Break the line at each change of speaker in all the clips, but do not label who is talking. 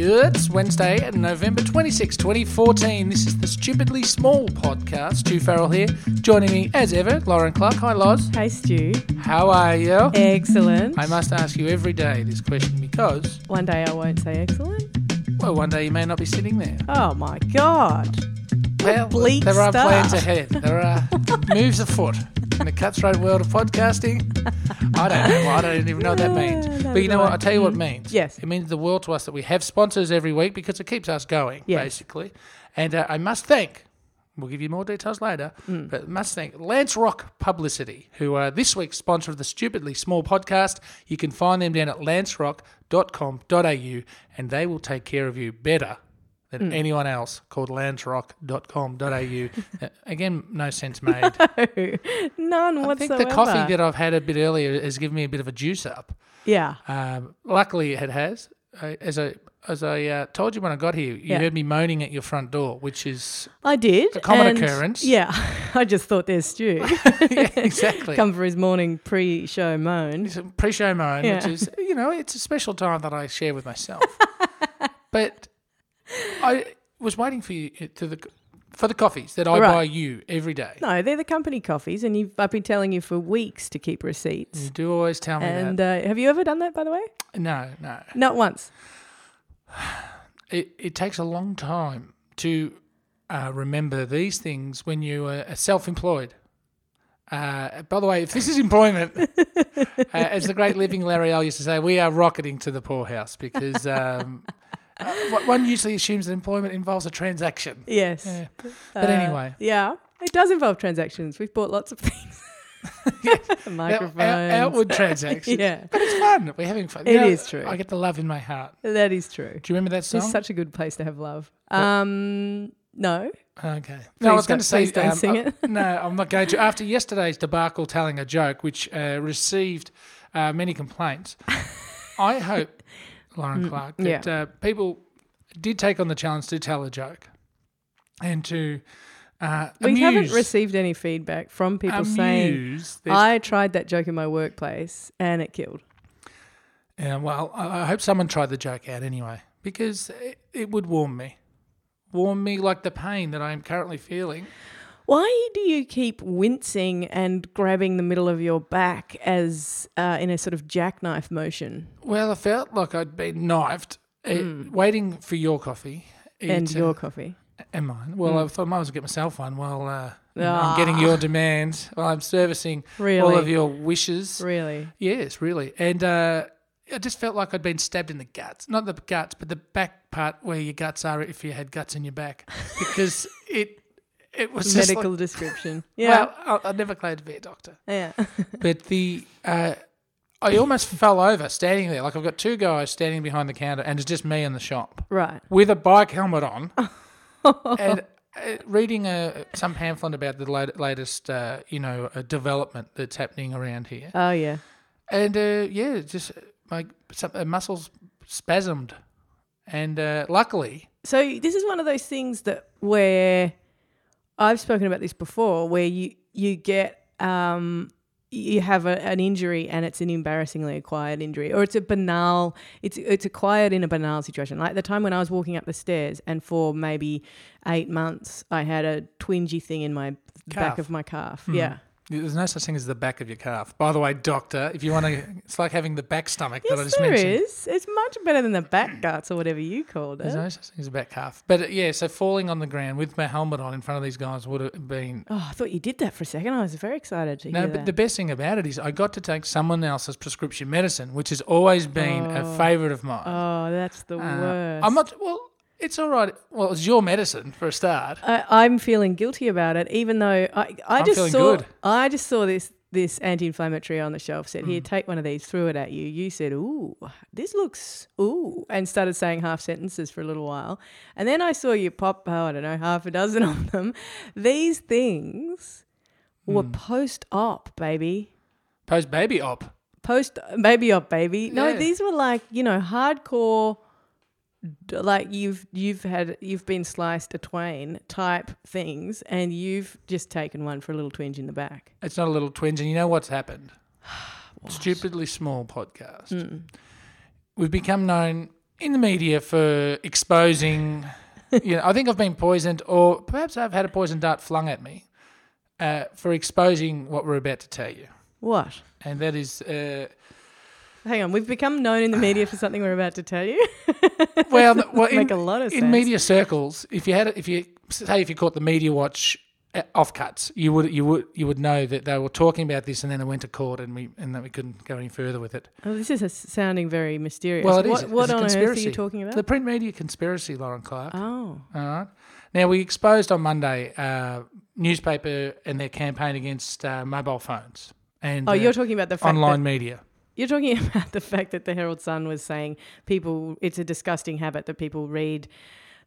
It's Wednesday, November 26, 2014. This is the Stupidly Small podcast. Stu Farrell here. Joining me, as ever, Lauren Clark. Hi, Loz.
Hey, Stu.
How are you?
Excellent.
I must ask you every day this question because,
One day I won't say excellent.
well, one day you may not be sitting there.
Oh my God.
Well,
bleak
there are
start.
plans ahead. There are moves afoot in the cutthroat world of podcasting. I don't know. I don't even know what that means.
Yeah,
but you know
neither do
what?
I.
I'll tell you what it means.
Mm-hmm. Yes.
It means the world to us that we have sponsors every week because it keeps us going,
Yes.
basically. And uh, I must thank, we'll give you more details later,
Mm.
but must thank Lance Rock Publicity, who are this week's sponsor of the Stupidly Small podcast. You can find them down at lancerock.com.au and they will take care of you better
Mm.
than anyone else called lancerock.com.au. Uh, Again, no sense made.
None
I think
whatsoever.
the coffee that I've had a bit earlier has given me a bit of a juice up.
yeah.
Um, luckily, it has. I, as I as I uh, told you when I got here, you
Yeah.
heard me moaning at your front door, which is
I did. A
common occurrence.
Yeah. I just thought there's Stu.
yeah, exactly.
Come for his morning pre show moan.
It's a pre-show moan, which
Yeah.
is you know it's a special time that I share with myself. but I was waiting for you uh, to the for the coffees that I
Right.
buy you every day.
No, they're the company coffees, and you've, I've been telling you for weeks to keep receipts.
You do always Mm, tell me
And
that.
uh, have you ever done that, by the way?
No, no.
Not once.
It it takes a long time to uh, remember these things when you are self-employed. Uh, by the way, if this is employment, uh, as the great living Larry L used to say, we are rocketing to the poorhouse because um, uh, one- one usually assumes that employment involves a transaction.
Yes.
Yeah. But
Uh,
anyway,
Yeah. It does involve transactions. We've bought lots of things.
out,
Microphones.
out, outward transactions.
yeah.
But it's fun. We're having fun.
It is true.
I get the love in my heart.
That is true.
Do you remember that song?
It's such a good place to have love. Um, no.
Okay. No, I was going
Please don't-
to say.
please don't sing
I- no, I'm not going to. After yesterday's debacle telling a joke, which uh, received uh, many complaints, I hope, Lauren
Mm,
Clark, that uh, people did take on the challenge to tell a joke and to uh,
We
amuse,
haven't received any feedback from people saying,
amuse their
I tried that joke in my workplace and it killed.
Yeah, well, I I hope someone tried the joke out anyway, because it, it would warm me. Warm me like the pain that I am currently feeling.
Why do you keep wincing and grabbing the middle of your back as uh, in a sort of jackknife motion?
Well, I felt like I'd been knifed, eh, waiting for your coffee. It,
Hmm. And
uh,
your Hmm. coffee.
and mine. Well, I thought I might as well get myself one while uh, I'm getting your demands, while I'm servicing all of
Ah. Really?
your wishes.
Really?
Yes, really. And uh, I just felt like I'd been stabbed in the guts. Not the guts, but the back part where your guts are if you had guts in your back. Because it it was just
Medical
like,
description. Yeah.
Well, I, I never claimed to be a doctor.
yeah.
But the uh, I almost fell over standing there. Like I've got two guys standing behind the counter and it's just me in the shop
right.
with a bike helmet on
Oh.
and uh, reading uh, some pamphlet about the lat- latest, uh, you know, uh, development that's happening around here.
Oh, yeah.
And uh, yeah, it just uh, my some, uh, muscles spasmed, and uh, luckily,
So this is one of those things that where I've spoken about this before, where you you get um, you have a, an injury and it's an embarrassingly acquired injury, or it's a banal it's it's acquired in a banal situation. Like the time when I was walking up the stairs, and for maybe eight months, I had a twingy thing in my the
Calf. Hmm.
back of my calf. Yeah.
there's no such thing as the back of your calf. By the way, doctor, if you want to, it's like having the back stomach that I
Yes,
just
there
mentioned.
is. It's much better than the back guts or whatever you called
There's
it.
no such thing as a back calf. But uh, yeah, so falling on the ground with my helmet on in front of these guys would have been
Oh, I thought you did that for a second. I was very excited to
No,
hear
but
that.
the best thing about it is I got to take someone else's prescription medicine, which has always been a favourite of mine.
oh, that's the
Uh,
worst.
I'm not. Well, it's all right. Well, it's your medicine for a start.
I, I'm feeling guilty about it, even though I, I
I'm
just
feeling
saw
good.
I just saw this this anti-inflammatory on the shelf. Said,
Mm.
"Here, take one of these." Threw it at you. You said, "Ooh, this looks ooh," and started saying half sentences for a little while. And then I saw you pop. Oh, I don't know, half a dozen of them. These things were
Mm.
post-op, baby.
Post baby op.
Post baby op, baby. No,
Yeah.
these were like you know hardcore. d- Like you've you've had you've been sliced a twain type things, and you've just taken one for a little twinge in the back.
It's not a little twinge, and you know what's
Hmm.
happened? Stupidly small podcast. We've become known in the media for exposing. you know, I think I've been poisoned, or perhaps I've had a poison dart flung at me uh, for exposing what we're about to tell you,
What?
and that is. Uh,
Hang on, we've become known in the media for something we're about to tell you.
well, th- well, in,
make a lot of
in
sense.
media circles, if you had, if you say, if you caught the media watch uh, offcuts, you would, you would, you would know that they were talking about this, and then it went to court, and we, and then we couldn't go any further with it.
Oh, this is a s sounding very mysterious.
Well, it is.
what
It's
what
a
on earth are
conspiracy.
you talking about?
The print media conspiracy, Lauren Clark.
oh,
All right. Now we exposed on Monday uh, newspaper and their campaign against uh, mobile phones and
oh,
uh,
you're talking about the fact
online
That,
media.
you're talking about the fact that the Herald Sun was saying people. It's a disgusting habit that people read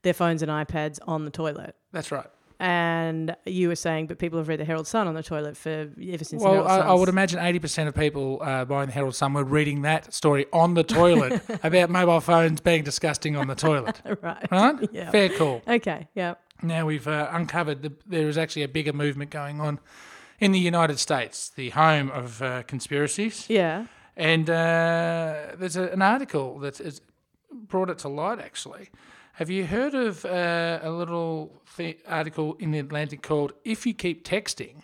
their phones and iPads on the toilet.
That's right.
And you were saying, but people have read the Herald Sun on the toilet for ever since. the
Well,
Herald
I, I
Sun's-
would imagine 80% of people uh, buying the Herald Sun were reading that story on the toilet about mobile phones being disgusting on the toilet.
right.
Right?
Yeah.
Fair call.
Okay. Yeah.
Now we've uh, uncovered the, there is actually a bigger movement going on in the United States, the home of uh, conspiracies.
Yeah.
And uh, there's a, an article that has brought it to light, actually. Have you heard of uh, a little th- article in The Atlantic called If You Keep Texting,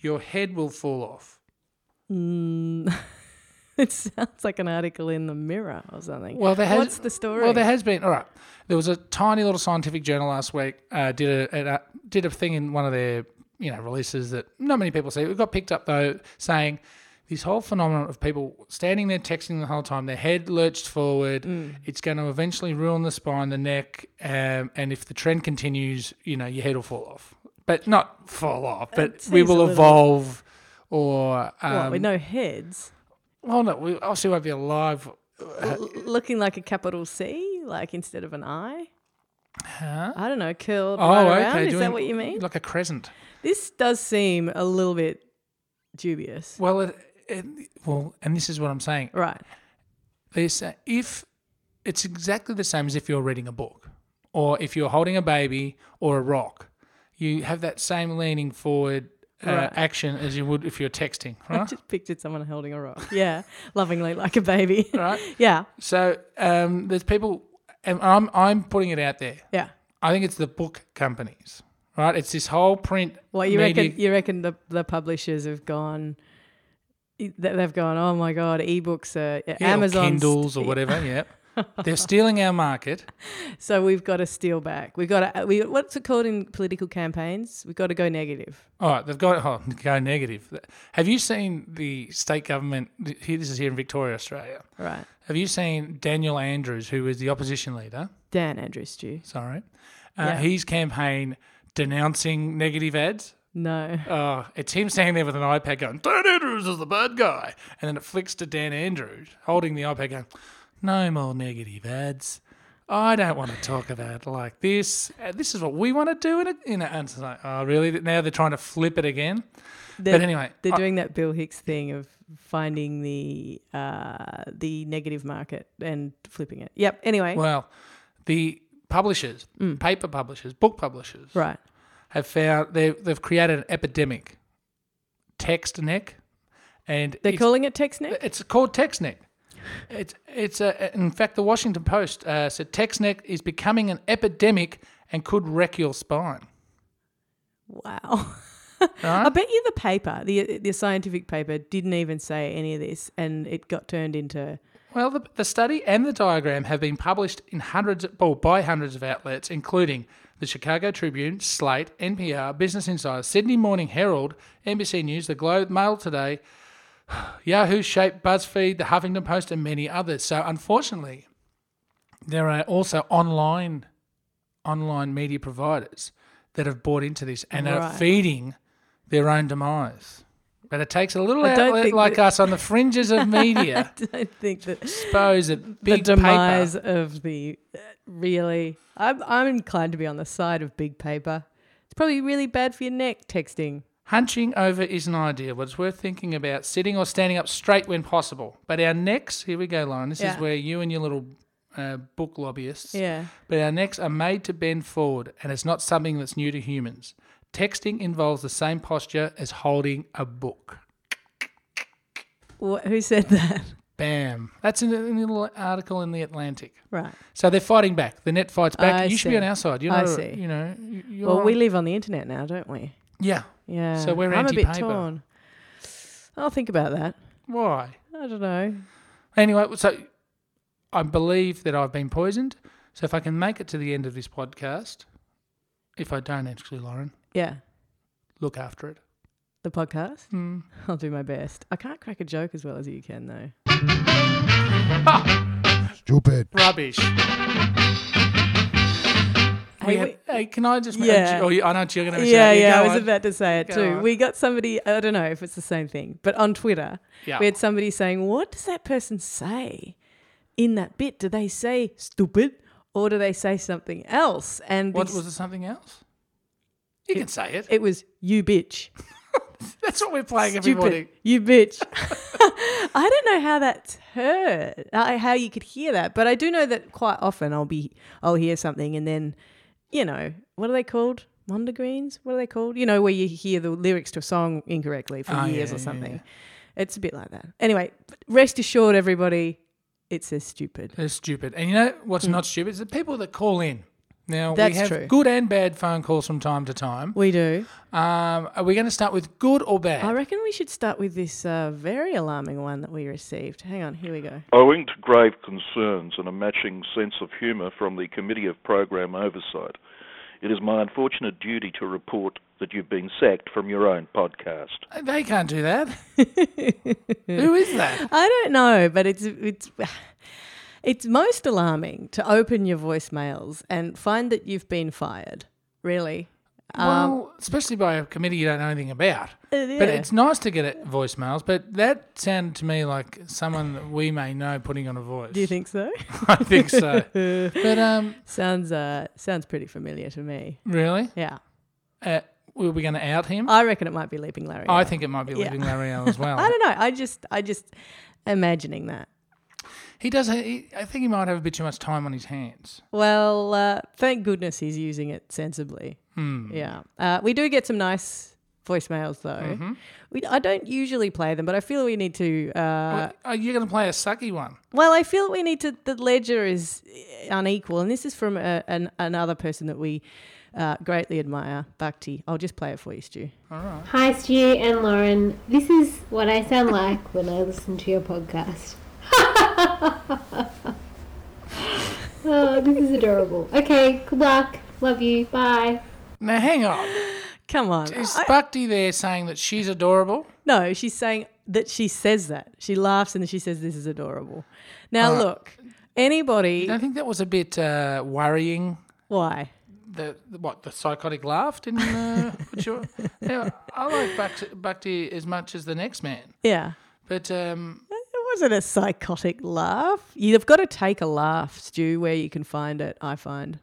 Your Head Will Fall Off?
Mm. it sounds like an article in the Mirror or something.
Well, there has,
What's the story?
Well, there has been. All right, there was a tiny little scientific journal last week uh, did a, a uh, did a thing in one of their you know releases that not many people see. It got picked up though, saying this whole phenomenon of people standing there texting the whole time, their head lurched forward.
Mm.
It's going to eventually ruin the spine, the neck, um, and if the trend continues, you know your head will fall off, but not fall off, but we
seems a
will
little-
evolve. Or
What,
um,
with no heads,
well, no, we obviously won't be alive.
Uh, L- looking like a capital C, like instead of an I.
Huh?
I don't know, curled
Oh,
right
okay.
around. Is
doing
that what you mean?
Like a crescent.
This does seem a little bit dubious,
Well, it, it, well, and this is what I'm saying.
right?
They say if it's exactly the same as if you're reading a book, or if you're holding a baby or a rock, you have that same leaning forward uh,
Right.
action as you would if you're texting,
I
right?
just pictured someone holding a rock. Yeah, lovingly like a baby.
right.
yeah,
So um, there's people, and I'm I'm putting it out there.
yeah.
I think it's the book companies, right? It's this whole print.
What you
media-
reckon? You reckon the the publishers have gone? they- They've gone. Oh my god, ebooks are
Yeah, or
Amazon.
Kindles or whatever. Yeah, they're stealing our market.
So we've got to steal back. We've got to. uh, We what's it called in political campaigns? We've got to go negative.
All right, they've got oh, go negative. Have you seen the state government? Here, this is here in Victoria, Australia.
Right.
Have you seen Daniel Andrews, who is the opposition leader?
Dan Andrews, Stew.
Sorry, uh,
Yeah.
his campaign denouncing negative ads.
No.
Oh, it's him standing there with an iPad going, Dan Andrews is the bad guy. And then it flicks to Dan Andrews holding the iPad going, no more negative ads. I don't want to talk about it like this. Uh, This is what we want to do. In it. You know, and it's like, oh, really? Now they're trying to flip it again.
They're,
but anyway,
they're
I-
doing that Bill Hicks thing of finding the uh, the negative market and flipping it. Yep. Anyway.
Well, the publishers, paper publishers, book publishers,
Mm. Right.
have found they've they've created an epidemic. Text neck, and
They're
it's,
calling it text neck.
it's called text neck. It's it's a, in fact the Washington Post uh, said text neck is becoming an epidemic and could wreck your spine.
Wow. I
Right?
bet you the paper, the the scientific paper, didn't even say any of this, and it got turned into
Well, the, the study and the diagram have been published in hundreds, well, by hundreds of outlets, including the Chicago Tribune, Slate, NPR, Business Insider, Sydney Morning Herald, NBC News, The Globe, Mail Today, Yahoo, Shape, BuzzFeed, The Huffington Post, and many others. So, unfortunately, there are also online online media providers that have bought into this and are
Right.
feeding their own demise. But it takes a little
I don't
outlet
think
like
that-
us on the fringes of media.
I don't think that
expose a
the
big
demise
paper.
of the uh, really. I'm I'm inclined to be on the side of big paper. It's probably really bad for your neck texting.
Hunching over isn't ideal, but it's worth thinking about sitting or standing up straight when possible. But our necks, here we go, Lauren. This
Yeah.
is where you and your little uh, book lobbyists.
Yeah.
But our necks are made to bend forward, and it's not something that's new to humans. Texting involves the same posture as holding a book.
Wh- who said that?
Bam. That's in a in a little article in the Atlantic.
Right.
So they're fighting back. The net fights back.
I
you should be
see.
on our side. You're
I
not. a-
see.
You know. you- You're
Well, we
on-
live on the internet now, don't we?
yeah.
Yeah.
So we're
I'm a bit
anti-paper.
torn. I'll think about that.
Why?
I don't know.
Anyway, so I believe that I've been poisoned. So if I can make it to the end of this podcast, if I don't actually, Lauren,
Yeah.
look after it.
The podcast.
Mm.
I'll do my best. I can't crack a joke as well as you can, though.
Stupid.
Rubbish. We
Hey,
had-
we-
hey, can I just?
Yeah.
Oh, you- I know what you're going to.
yeah,
say.
yeah. I
go
was
on.
about to say it
Go
too.
on.
We got somebody. I don't know if it's the same thing, but on Twitter,
Yeah.
we had somebody saying, "What does that person say in that bit? Do they say stupid?" Or do they say something else? And
What
this-
was it? Something else? You can say it.
it was you bitch.
That's what we're playing every morning.
Stupid. You bitch. I don't know how that's heard, uh, how you could hear that, but I do know that quite often I'll be, I'll hear something and then, you know, what are they called? Mondegrins? What are they called? You know, where you hear the lyrics to a song incorrectly for
Oh,
years
yeah,
or
yeah,
something.
yeah.
It's a bit like that. Anyway, rest assured, everybody, it says stupid.
They're stupid. And you know what's not stupid is the people that call in. Now
Hmm. That's
we have
true.
good and bad phone calls from time to time.
We do.
Um, are we going to start with good or bad?
I reckon we should start with this uh, very alarming one that we received. Hang on, here we go.
Owing to grave concerns and a matching sense of humour from the Committee of Programme Oversight, it is my unfortunate duty to report that you've been sacked from your own podcast.
They can't do that. Who is that?
I don't know, but it's it's it's most alarming to open your voicemails and find that you've been fired. Really, Um,
well, especially by a committee you don't know anything about.
Uh, yeah.
But it's nice to get it, voicemails, but that sounded to me like someone that we may know putting on a voice.
do you think so?
I think so. but um,
sounds uh sounds pretty familiar to me.
really?
Yeah,
Uh, were we going to out him?
I reckon it might be Leaping Larry.
I
Allen.
think it might be
Oh, Yeah.
leaving Larry Allen as well.
I don't know. I just I just imagining that.
He does. He, I think he might have a bit too much time on his hands.
Well, uh, thank goodness he's using it sensibly.
Hmm.
Yeah. Uh, we do get some nice voicemails, though.
Mm-hmm.
We, I don't usually play them, but I feel we need to. Uh,
Are you going to Oh, play a sucky one?
Well, I feel we need to. The ledger is eh, unequal, and this is from a, an, another person that we uh, greatly admire, Bhakti. I'll just play it for you, Stu.
Hi, Stu and Lauren. This is what I sound like when I listen to your podcast. oh, this is adorable. Okay, good luck. Love you. Bye.
Now, hang on.
Come on.
Is
I-
Bhakti there saying that she's adorable?
no, she's saying that she says that. She laughs and she says, This is adorable. Now, look, anybody.
I think that was a bit uh, worrying.
Why?
The, the- what the psychotic laugh didn't uh, put you. Now, I like Bhakti, Bhakti as much as the next man,
Yeah.
but um,
It wasn't a psychotic laugh. You've got to take a laugh, Stu, where you can find it, I find.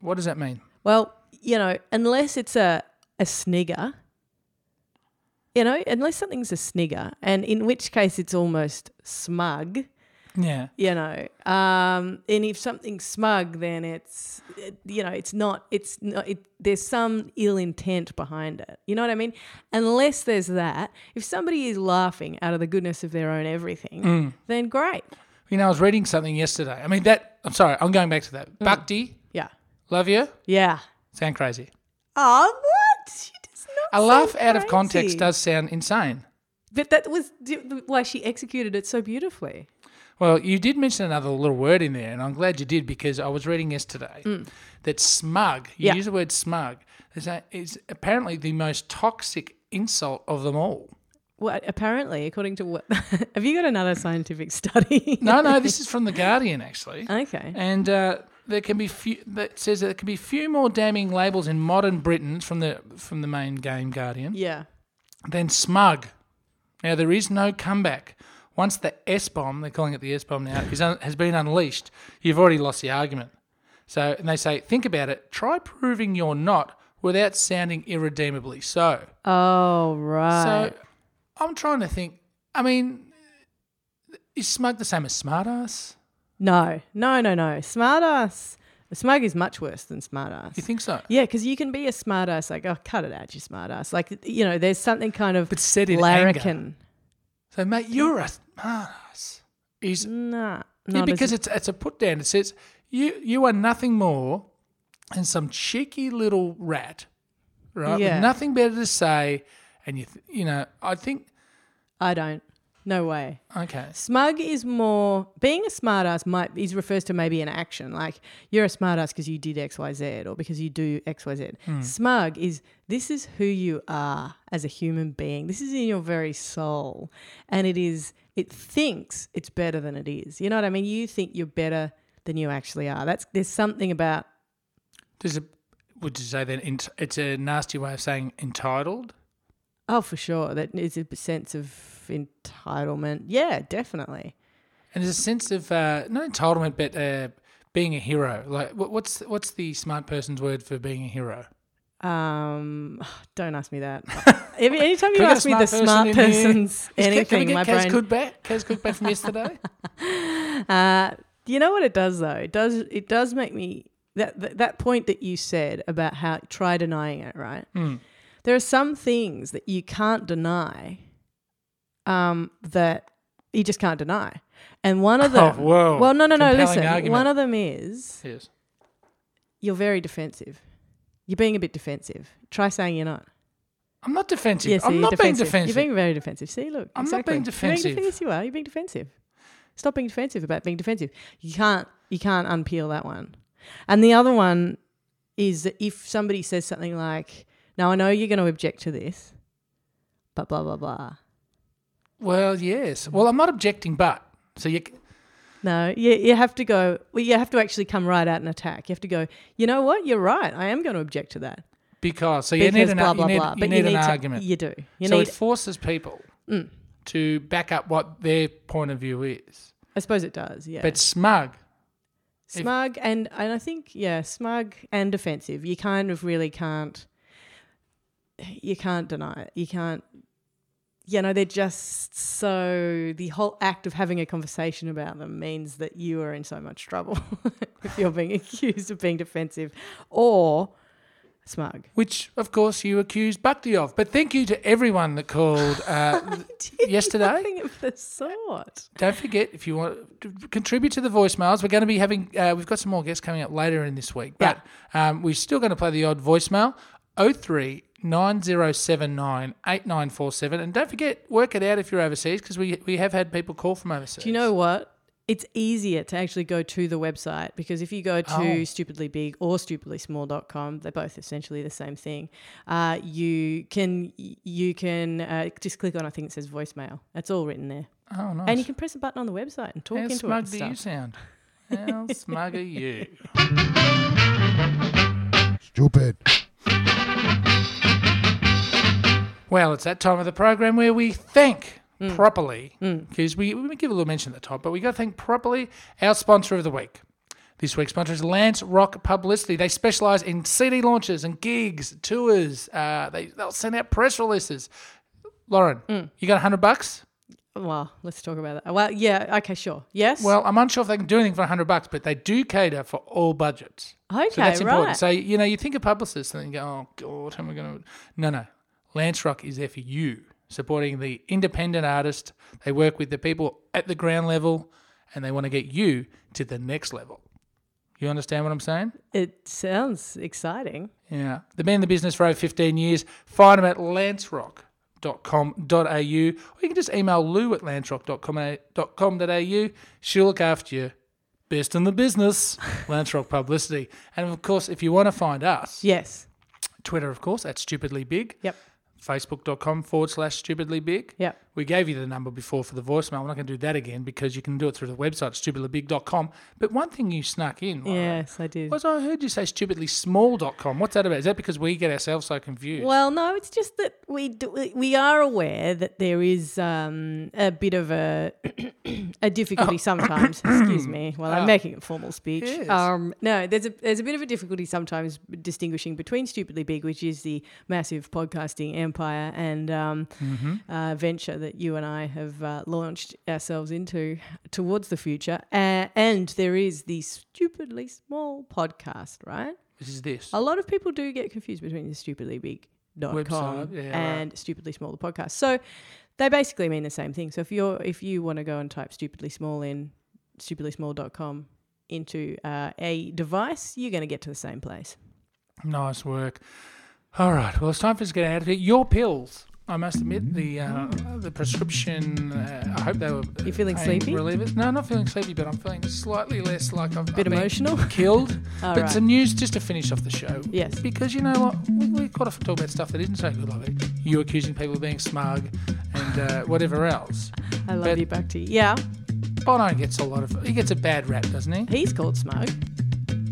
what does that mean?
Well, you know, unless it's a, a snigger, you know, unless something's a snigger, and in which case it's almost smug,
Yeah,
you know. Um, and if something's smug, then it's, it- you know, it's not, it's not, it, there's some ill intent behind it. You know what I mean? Unless there's that, if somebody is laughing out of the goodness of their own everything,
Mm.
then great.
you know, I was reading something yesterday. I mean, that. I'm sorry, I'm going back to
Mm.
that. Bhakti,
Yeah.
love you.
Yeah.
Sound crazy.
Oh, what? She does not
A
sound
laugh out of
crazy.
context does sound insane.
But that was d- why she executed it so beautifully.
Well, you did mention another little word in there, and I'm glad you did because I was reading yesterday that smug, you
Mm. Yeah.
use the word smug, is, a- is apparently the most toxic insult of them all.
Well, apparently, according to what, have you got another scientific study?
No, no, this is from The Guardian, actually.
Okay.
And uh, there can be few, that says there can be few more damning labels in modern Britain from the, from the main game Guardian
Yeah.
than smug. Now, there is no comeback. Once the S bomb, they're calling it the S bomb now, is un- has been unleashed, you've already lost the argument. So, and they say, think about it, try proving you're not without sounding irredeemably so.
Oh right.
So, I'm trying to think, I mean, is smug the same as smartass?
no, no, no, no. Smartass. Smug is much worse than
You
smartass.
think so?
Yeah, because you can be a smartass. Like, oh, cut it out, you smartass. Like, you know, there's something kind of
But said in anger.
larrikin.
So, mate, you're a smartass. is
Nah.
yeah,
not as-
because it's it's a put down. It says you you are nothing more than some cheeky little rat, right?
Yeah.
With nothing better to say, and you th- you know I think
I don't. No way.
okay
Smug is more being a smartass might is refers to maybe an action like you're a smartass because you did X Y Z or because you do X Y Z. Smug is this is who you are as a human being. This is in your very soul, and it is it thinks it's better than it is. You know what I mean? You think you're better than you actually are. That's there's something about
there's a would you say then ent- it's a nasty way of saying entitled?
oh for sure that is a sense of entitlement. Yeah, definitely.
And there's a sense of uh, not entitlement, but uh, being a hero. Like what, what's what's the smart person's word for being a hero?
Um, don't ask me that. Every, anytime you
Can we get
ask
a
me the
smart
smart
person in here?
person's
Is- can-
anything,
can
my
we get Kaz
brain.
Kudback? Kaz Kudback from yesterday.
Uh, you know what it does though? It does. It does make me that that, that point that you said about how try denying it, right? There are some things that you can't deny. Um, that you just can't deny, and one of them.
whoa.
Oh, Well, no, no, no.
Compelling
Listen,
argument.
one of them is
yes.
you're very defensive. You're being a bit defensive. Try saying you're not.
I'm not defensive.
Yes,
I'm
you're
not being
defensive.
defensive.
You're being very defensive. See, look,
I'm not
exactly.
being
You're
defensive.
being, yes, you are. You're being defensive. Stop being defensive about being defensive. You can't. You can't unpeel that one. And the other one is that if somebody says something like, "Now I know you're going to object to this," but blah blah blah.
Well, yes. Well, I'm not objecting, but so you. c-
No, you, you have to go. Well, you have to actually come right out and attack. You have to go. You know what? You're right. I am going to object to that
Because so you need
because
an
blah
ar-
blah
you need,
blah.
you
but
need
you
an
need to-
argument.
You do. You
so
need. Mm.
it forces people to back up what their point of view is.
I suppose it does. Yeah.
But smug.
smug and and I think yeah, smug and defensive. You kind of really can't you can't deny it. You can't you know, they're just so the whole act of having a conversation about them means that you are in so much trouble if you're being accused of being defensive or smug.
Which, of course, you accused Bhakti of. But thank you to everyone that called uh, yesterday.
Nothing of the sort.
Don't forget, if you want to contribute to the voicemails, we're going to be having, uh, we've got some more guests coming up later in this week, but um, we're still going to play the odd voicemail 03 9079 8947. And don't forget, work it out if you're overseas because we, we have had people call from overseas.
Do you know what? It's easier to actually go to the website because if you go to
Oh.
stupidlybig or stupidlysmall.com, they're both essentially the same thing. Uh, you can you can uh, just click on I think it says voicemail. That's all written there,
Oh, nice.
and you can press a button on the website and talk
How
into
smug
it.
do you
And stuff.
sound? How smug are you?
Stupid.
Well, it's that time of the program where we thank properly, because we, we give a little mention at the top, but we got to thank properly our sponsor of the week. This week's sponsor is Lance Rock Publicity. They specialize in CD launches and gigs, tours. Uh, they, they'll send out press releases. Lauren, you got 100 bucks?
Well, let's talk about that. Well, yeah, okay, sure, yes.
Well, I'm unsure if they can do anything for 100 bucks, but they do cater for all budgets.
okay,
So that's important.
right.
So, you know, you think of publicists and then you go, oh, God, how am I going to. No, no. Lance Rock is there for you, supporting the independent artist. They work with the people at the ground level and they want to get you to the next level. You understand what I'm saying?
it sounds exciting.
Yeah. They've been in the business for over 15 years. Find them at lancerock.com.au or you can just email lou at lancerock.com.au. She'll look after you. Best in the business, Lance Rock Publicity. And of course, if you want to find us,
Yes.
Twitter, of course, at stupidly big.
Yep.
Facebook.com forward slash stupidly big.
Yep.
We gave you the number before for the voicemail. We're not going to do that again because you can do it through the website, stupidlybig.com. But one thing you snuck in Lauren,
Yes, I did.
was I heard you say stupidlysmall.com. What's that about? Is that because we get ourselves so confused?
Well, no, it's just that we do, we- we are aware that there is um, a bit of a a difficulty sometimes. Excuse me, while I'm making a formal speech.
Yes.
Um, no, there's a there's a bit of a difficulty sometimes distinguishing between stupidly big, which is the massive podcasting empire and um, uh, venture that you and I have uh, launched ourselves into towards the future, uh, and there is the stupidly small podcast, right?
this is this.
A lot of people do get confused between the stupidly big dot com
Website, yeah, right.
and stupidly small the podcast. So They basically mean the same thing. So if you're if you want to go and type stupidly small in stupidlysmall.com into uh, a device, you're going to get to the same place.
Nice work. All right. Well, it's time for us to get out of here. Your pills. I must admit the uh, the prescription. Uh, I hope they were.
You feeling
pain
sleepy?
Relievers. No, not feeling sleepy, but I'm feeling slightly less like I've, I've
Bit
been
emotional.
killed.
All
but
right.
some news just to finish off the show.
Yes.
Because you know what, we, we quite often talk about stuff that isn't so good, like you accusing people of being smug and uh, whatever else.
I love
But-
you, Bhakti. Yeah,
Bono gets a lot of he gets a bad rap, doesn't he?
he's called smug.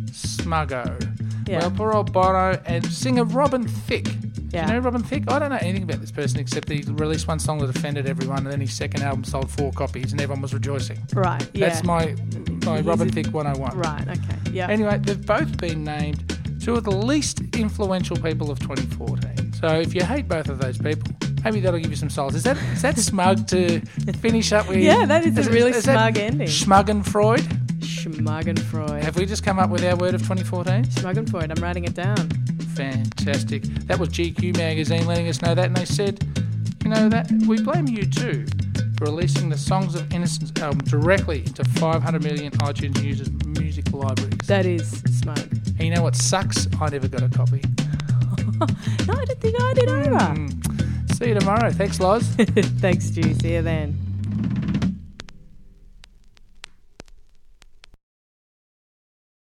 Smuggo.
Yeah.
Well, poor old Bono and singer Robin Thicke.
Yeah.
Do you know Robin Thicke? I don't know anything about this person except that he released one song that offended everyone, and then his second album sold four copies, and everyone was rejoicing.
right. Yeah.
That's my my
He's
Robin
a-
Thicke 101.
right. Okay. Yeah.
Anyway, they've both been named two of the least influential people of 2014. So if you hate both of those people, maybe that'll give you some solace. Is that is that smug to finish up with?
yeah, that is, a really
is that
smug ending.
Schmug and Freud.
Schmagenfreud.
Have we just come up with our word of 2014?
Schmagenfreud. I'm writing it down.
Fantastic. That was GQ magazine letting us know that, and they said, you know that we blame you too for releasing the Songs of Innocence album directly into 500 million iTunes users' music libraries.
That is smug.
And you know what sucks? I never got a copy.
No, I didn't think I did either.
Hmm. Mm. See you tomorrow. Thanks, Loz.
Thanks, Juice. See you then.